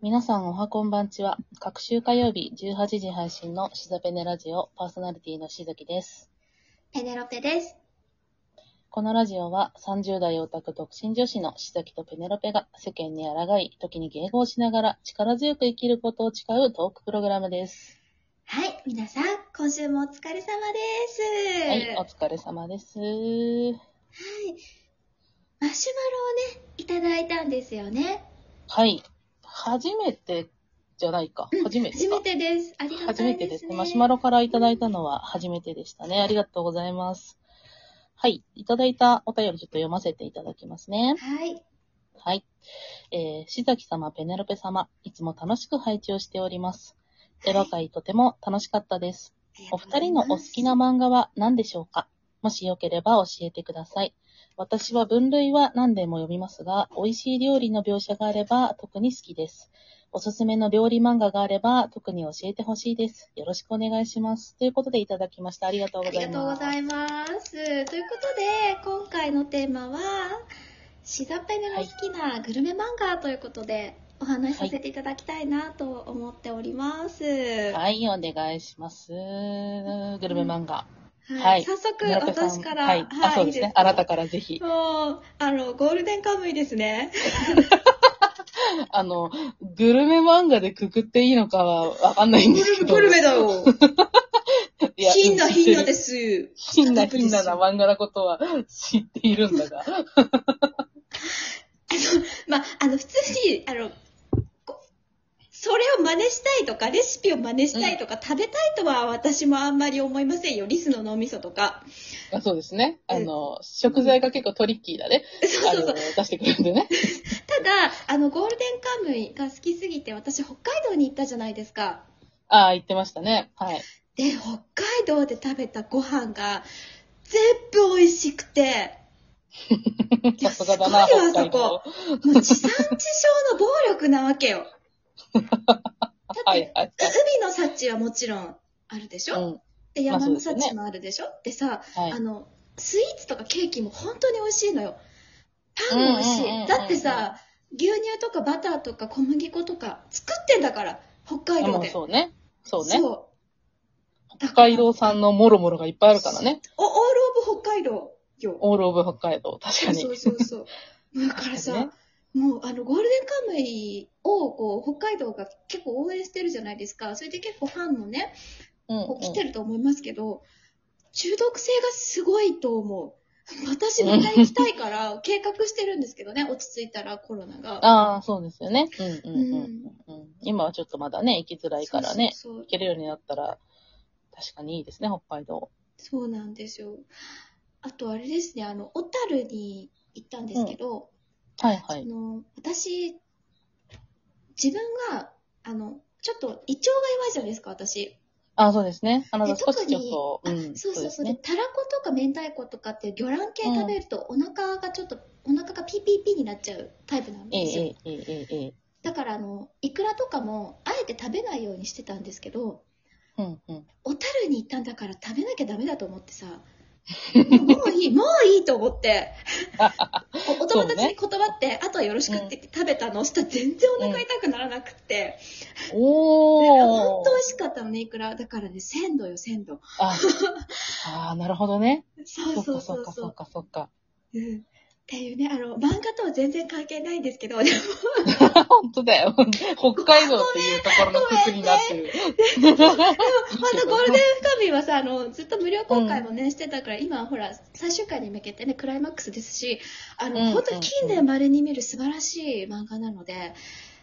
皆さんおはこんばんちは。各週火曜日18時配信のしざぺねラジオパーソナリティのしずきです。ペネロペです。このラジオは30代オタク独身女子のしざきとペネロペが世間に抗い、時に迎合しながら力強く生きることを誓うトークプログラムです。はい、皆さん、今週もお疲れ様です。はい、お疲れ様です。はマシュマロをね、いただいたんですよね。い、初めてじゃないか。初めて初かめ。てです。ありが初ためいてでですすね。ね。マシュマロからいただいたのは初めてでしたね。ありがとうございます。はい。いただいたお便りちょっと読ませていただきますね。はい。はい。えー、しざき様、ペネロペ様、いつも楽しく配置をしております。エロ会とても楽しかったです。お二人のお好きなあ漫画は何でしょうかもしよければ教えてください。私は分類は何でも読みますが、美味しい料理の描写があれば特に好きです。おすすめの料理漫画があれば特に教えてほしいです。よろしくお願いします。ということでいただきました。ありがとうごりざがいとうまごす。ざいます。ということで、今回のテーマは、シザペネの好きなグルメ漫画ということで、お話しさせていただきたいなと思っております。ははい、お願いします。グルメ漫画。い。はい早速、村田さん私から、はい。あ、そうですね。あなたからぜひ。もう、あの、ゴールデンカムイですね。あの、グルメ漫画でくくっていいのかはわかんないんですけど。メだよ。いやひんな知ってひるんなです。ひんなひんなな漫画のことは知っているんだが。まあ、あの、普通に、あの、こそれを真似したいとか、レシピを真似したいとか、食べたいとは私もあんまり思いませんよ。リスの脳みそとか。 あそうですね。あの、食材が結構トリッキーだね。そうあそうの、そう。出してくるんでね。ただ、あの、ゴールデンカムイが好きすぎて、私、北海道に行ったじゃないですか。ああ、言ってましたね。はい。 で、北海道で食べたご飯が、全部美味しくて、いさやすがだな、すごいわ北海道。もう地産地消の暴力なわけよ。だって、はいはいは海の幸はもちろんあるでしうょ、ん。でまあ山そうでのすよね幸もあるでしょ、でさ、はいあ。のスイーツとかケーキも本当に美味しいのよパンも美味しうんうんうんうんいだってさ牛乳とかバターとか小麦粉とか作ってんだから北海あ道まあでそうね。そうね。そう北海道産のもろもろがいっぱいあるからね。おオールオブ北海道よオールオブ北海道。確かにそ。うそうそう だからさ、ねもうあのゴールデンカムイをこう北海道が結構応援してるじゃないですかそれで結構ファンもねうんう起きん。てると思いますけど、中毒性がすごいと思う。私また行きたい から、計画してるんですけどね、落ち着いたらコロナが。ああ、そうですよね。うんうんうん。うん、今はちょっとまだね、行きづらいからね、そうそう行けるようになったら、確かにいいですね、北海道。そうそうなんですよ。あとあれですね、あの、小樽に行ったんですけど、はいはい。あの私、自分が、あの、ちょっと胃腸が弱いじゃないですか、私。ああ、そうですね。あなたで少し特ちにょっと、あうん、そうそうそうでで、すね。たらことか明太子とかっていう魚卵系食べると、お腹がちょっと、お腹がピーピーピーになっちゃうタイプなんええですよ。ええええええだからあのイクラとかもあえて食べないようにしてたんですけどうん うん。小樽に行ったんだから食べなきゃダメだと思って さもういいもういいと思っておお友達に断って、あとはよろしくって言って食べたのしたら全然お腹痛くならなくて、おー本当美味しかったのねイクラだからね鮮度よ鮮度ああー、なるほどね。そうそそうかうそそううかそそうかそう、うか。うん、っていうねあの漫画とは全然関係ないんですけど でも本当だよ。北海道っていうところの区になってる。本当ゴールデンカムイはさあのずっと無料公開もね、してたから今はほら最終回に向けてねクライマックスですしあの、うん本当に近年まれに見る素晴らしい漫画なので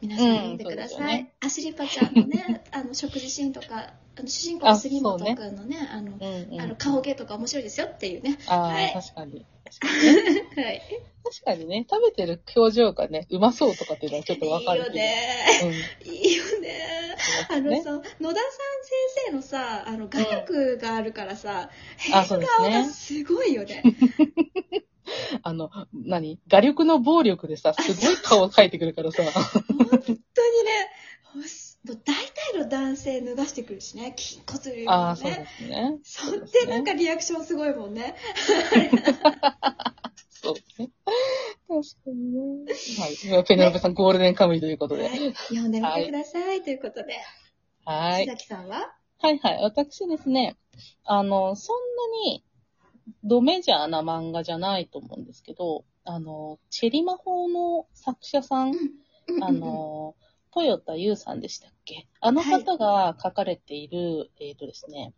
皆さん読んでくだうんそうさですい、よねアシリパちゃん のねあの食事シーンとかあの主人公の杉本くんのねあのうんうん。あの顔芸とか面白いですよっていうねあはいあ、確かに。はい確かにね、食べてる表情がね、うまそうとかっていうのはちょっとわかるいいけよど。ねうんいいよねあのねさ、野田さん先生のさ、あの画力があるからさ、あそうですね変顔がすごいよ ね。あの、何画力の暴力でさ、すごい顔を描いてくるからさ。本当にね、ほすもう大体の男性脱がしてくるしね、筋骨隆ああ、々そうね。ですね。そうんですねでなんかリアクションすごいもんね。そうですね。確かにね。はい。今ペネロペさん、ゴールデンカムイということで。い、読んでみてください。ということで、は須い。崎さんははいはい。私ですね、あの、そんなに、ドメジャーな漫画じゃないと思うんですけど、あの、チェリ魔法の作者さん、あの、豊田優さんでしたっけあの方が書かれている、えっ、とですね、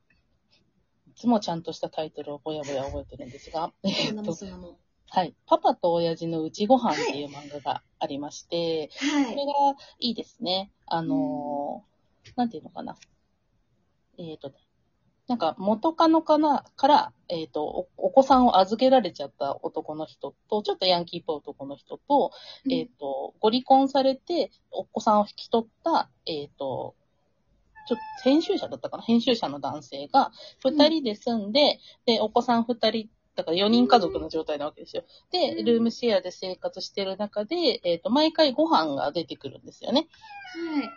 いつもちゃんとしたタイトルをぼやぼや覚えてるんですが、えそっのとも、そのも。はい。パパと親父のうちご飯っていう漫画がありまして、はこれ。いがいいですね。あのーなんていうのかな。えっ、と、なんか元カノかなから、えっ、とお、お子さんを預けられちゃった男の人と、ちょっとヤンキーっぽい男の人と、えっ、と、ご離婚されて、お子さんを引き取った、えっ、と、ちょっと編集者だったかな編集者の男性が、うん二人で住んで、で、お子さん二人、だから4人家族の状態なわけですよ。うで、んルームシェアで生活してる中で、えっ、と、毎回ご飯が出てくるんですよね。はい。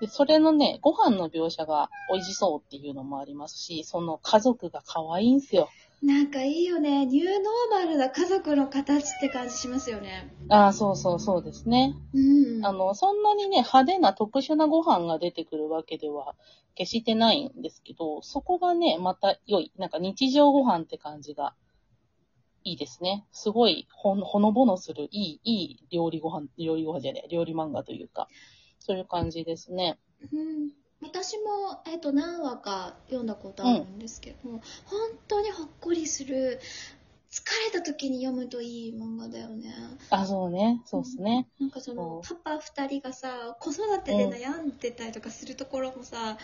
で、それのね、ご飯の描写が美味しそうっていうのもありますし、その家族が可愛いんすよ。なんかいいよね。ニューノーマルな家族の形って感じしますよね。ああ、そうそうそうですね。うん。あの、そんなにね、派手な特殊なご飯が出てくるわけでは決してないんですけど、そこがね、また良い。なんか日常ご飯って感じがいいですね。すごいほの、ほのぼのする、いい、いい料理ご飯、料理ご飯じゃない、料理漫画というか、そういう感じですね。うん、私も、えっと何話か読んだことあるんですけど、本当にほっこりする疲れた時に読むといい漫画だよねあ、そうね。そうですね。なんかそのそパパ2人がさ子育てで悩んでたりとかするところもさ、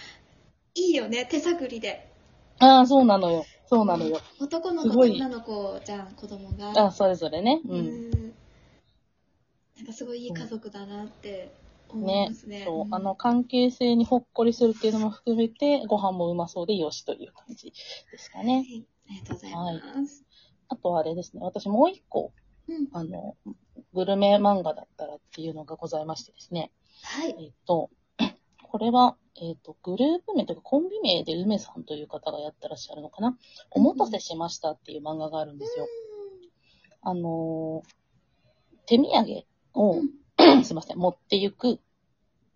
いいよね手探りでああ、そうなのよ。そうなのよ。男の子すとごい女の子じゃん子供があ、それぞれね。う。うんんなんかすごいいい家族だなって思いますねそううんあの、関係性にほっこりするっていうのも含めて、ご飯もうまそうでよしという感じですかはね。いありがとうございます、あとあれですね、私もう一個、うんあの、グルメ漫画だったらっていうのがございましてですね。はいえっと、 これは、えっと、グループ名というかコンビ名で梅さんという方がやってらっしゃるのかな。お待たせしましたっていう漫画があるんですよ。あのー手土産を、うん すいません、持って行くん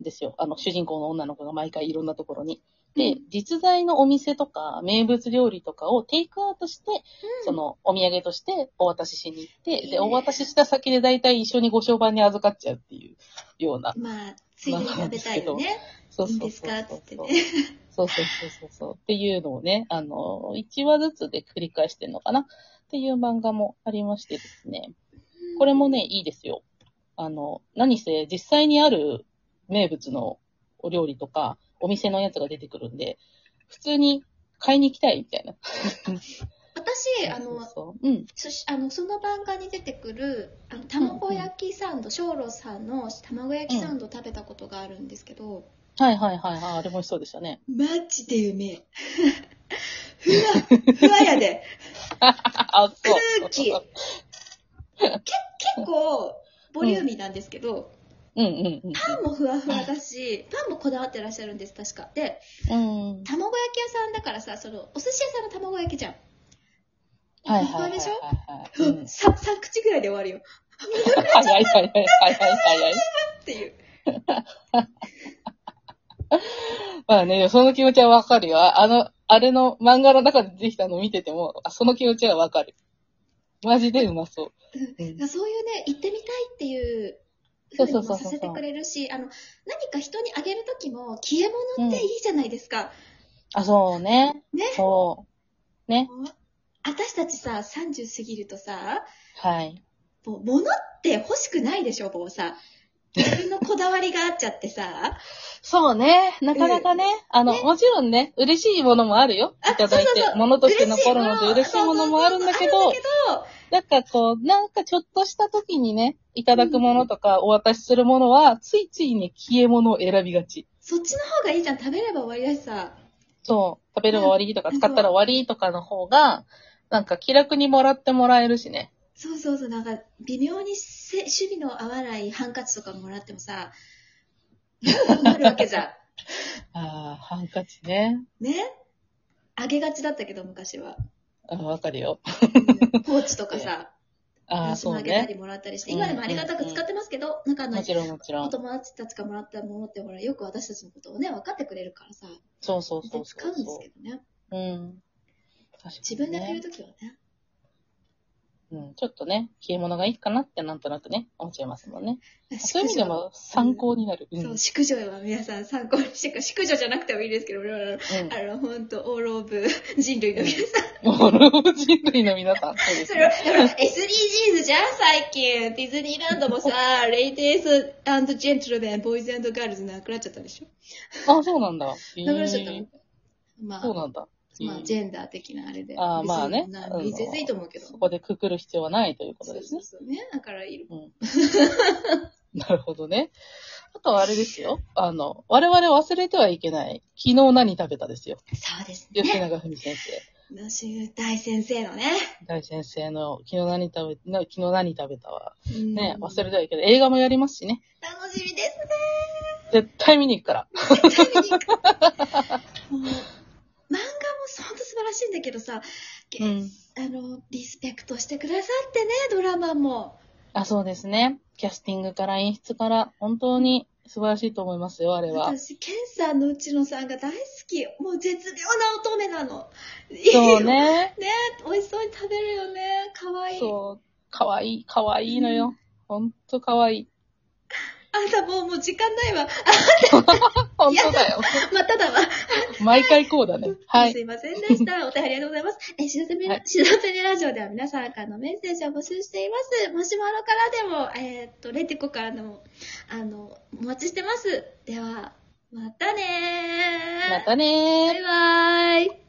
ですよ。あの、主人公の女の子が毎回いろんなところに。うでん、実在のお店とか、名物料理とかをテイクアウトして、その、お土産としてお渡ししに行って、いいで、ねお渡しした先で大体一緒にご商売に預かっちゃうっていうような。まあ、ついでに食べたいよね。そういいんそうですそうかっそつうってそう。ね。そうそうそうそうそう。っていうのをね、あの、1話ずつで繰り返してんのかなっていう漫画もありましてですね。これもね、いいですよ。あの、何せ、実際にある名物のお料理とか、お店のやつが出てくるんで、普通に買いに行きたいみたいな。私、あそうの、そう。うん。そしあのその漫画に出てくる、あの卵焼きサンド、小籠さんの卵焼きサンド食べたことがあるんですけど、はいはいはいはい。あれも美味しそうでした ね。マジでうめ え。ふわ、ふわやで。あ、そう。空気結構、ボリューミーなんですけど、うんうんうんパンもふわふわだし、パンもこだわってらっしゃるんです、確か。で、うん。うん。卵焼き屋さんだからさ、その、お寿司屋さんの卵焼きじゃん。はいはいはいはいでしょはい。ううんん、さ3口ぐらいで終わるよ早い早い早い早い。っていうまあね、その気持ちはわかるよ。ああの、あれの漫画の中でできたのを見てても、あその気持ちはわかる。マジでうまそう。うんまあそういうね行ってみたいっていうそう風そうにそもうそうさせてくれるしあの何か人にあげる時も消え物っていいじゃないですか、あ、そうね。ねそう。ね。私たちさ30過ぎるとさはい。もう物って欲しくないでしょもうさ自分のこだわりがあっちゃってさそうね。なかなかね。あの、もちろんね、嬉しいものもあるよ。いただいて。そうそうそうものとして残るのと嬉しいものもあるんだけどそうそう、そうあるんだなんかこう、なんかちょっとした時にね、いただくものとかお渡しするものは、ついついね、消え物を選びがち。けどそっちの方がいいじゃん食べれば終わりだしさそう。食べれば終わりとか、使ったら終わりとかの方が、なんか気楽にもらってもらえるしね。そうそうそうなんか微妙にせ趣味の合わないハンカチとかもらって もさなるわけじゃんああ、ハンカチね。ね あげがちだったけど、昔は。あーわかるよ。うんポーチとかさ、ああ、楽しそうまげたね。りもらったりして、うん今でもありがたく使ってますけど、なんかあのも、ちろんもちろおん。友達たちからもらったものってほら、よく私たちのことをね、分かってくれるからさ、そうそうそでう使そううんですけどね。うん。確自かに分で買えねるときはね。うん、ちょっとね、消え物がいいかなってなんとなくね、思っちゃいますもんね。そういう意宿味で女も参考になる。うん。そうう、ん宿女は皆さん参考にしてください宿女じゃなくてもいいですけ ど、俺らあの、ほんと、オールオブ人類の皆さん。もう老人類の皆さん、そうです それは、ね。ほら SDGs じゃん、最近。ディズニーランドもさ、レイテイストジェントルメン、ボーイズガールズなくなっちゃったでしょ。あ、そうなんだ。えなくなっちゃったーの。まあ、そうなんだ。まあ、ジェンダー的なあれで。あーまあね別にな全然いいと思うけど。そこでくくる必要はないということですね。そうそうそうね。だからいる。なるほどね。あとはあれですよ。あの、我々忘れてはいけない。昨日何食べたですよ。そうです吉ね。永文先生。 野州大先生のね。大先生の昨日何食べ、な昨日何食べたは。ね、うん忘れてはいけない。映画もやりますしね。楽しみです絶対見に行くから。ね。見に行くもう漫画も本当素晴らしいんだけどさ、げうん。あの、リスペクトしてくださってね、ドラマも。あ、そうですね。キャスティングから演出から、本当に素晴らしいと思いますよ、あれは。私、ケンさんのうちのさんが大好き。もう絶妙な乙女なの。そう。ね。 美味しそうに食べるよね。かわいい。そう。かわいい、かわいいのよ。ほんとかわいい。あんたもう、もう時間ないわ。ほんとだよ。まあ、ただわ。毎回こうだね。はい す。いませんで した。お便りありがとうございます。え、しらせみ、はいしらせみラジオでは皆さんからのメッセージを募集しています。もしもあのからでも、えーっと、レテコからでも、あの、お待ちしてます。では、またねー。またねーバイ。バーイ。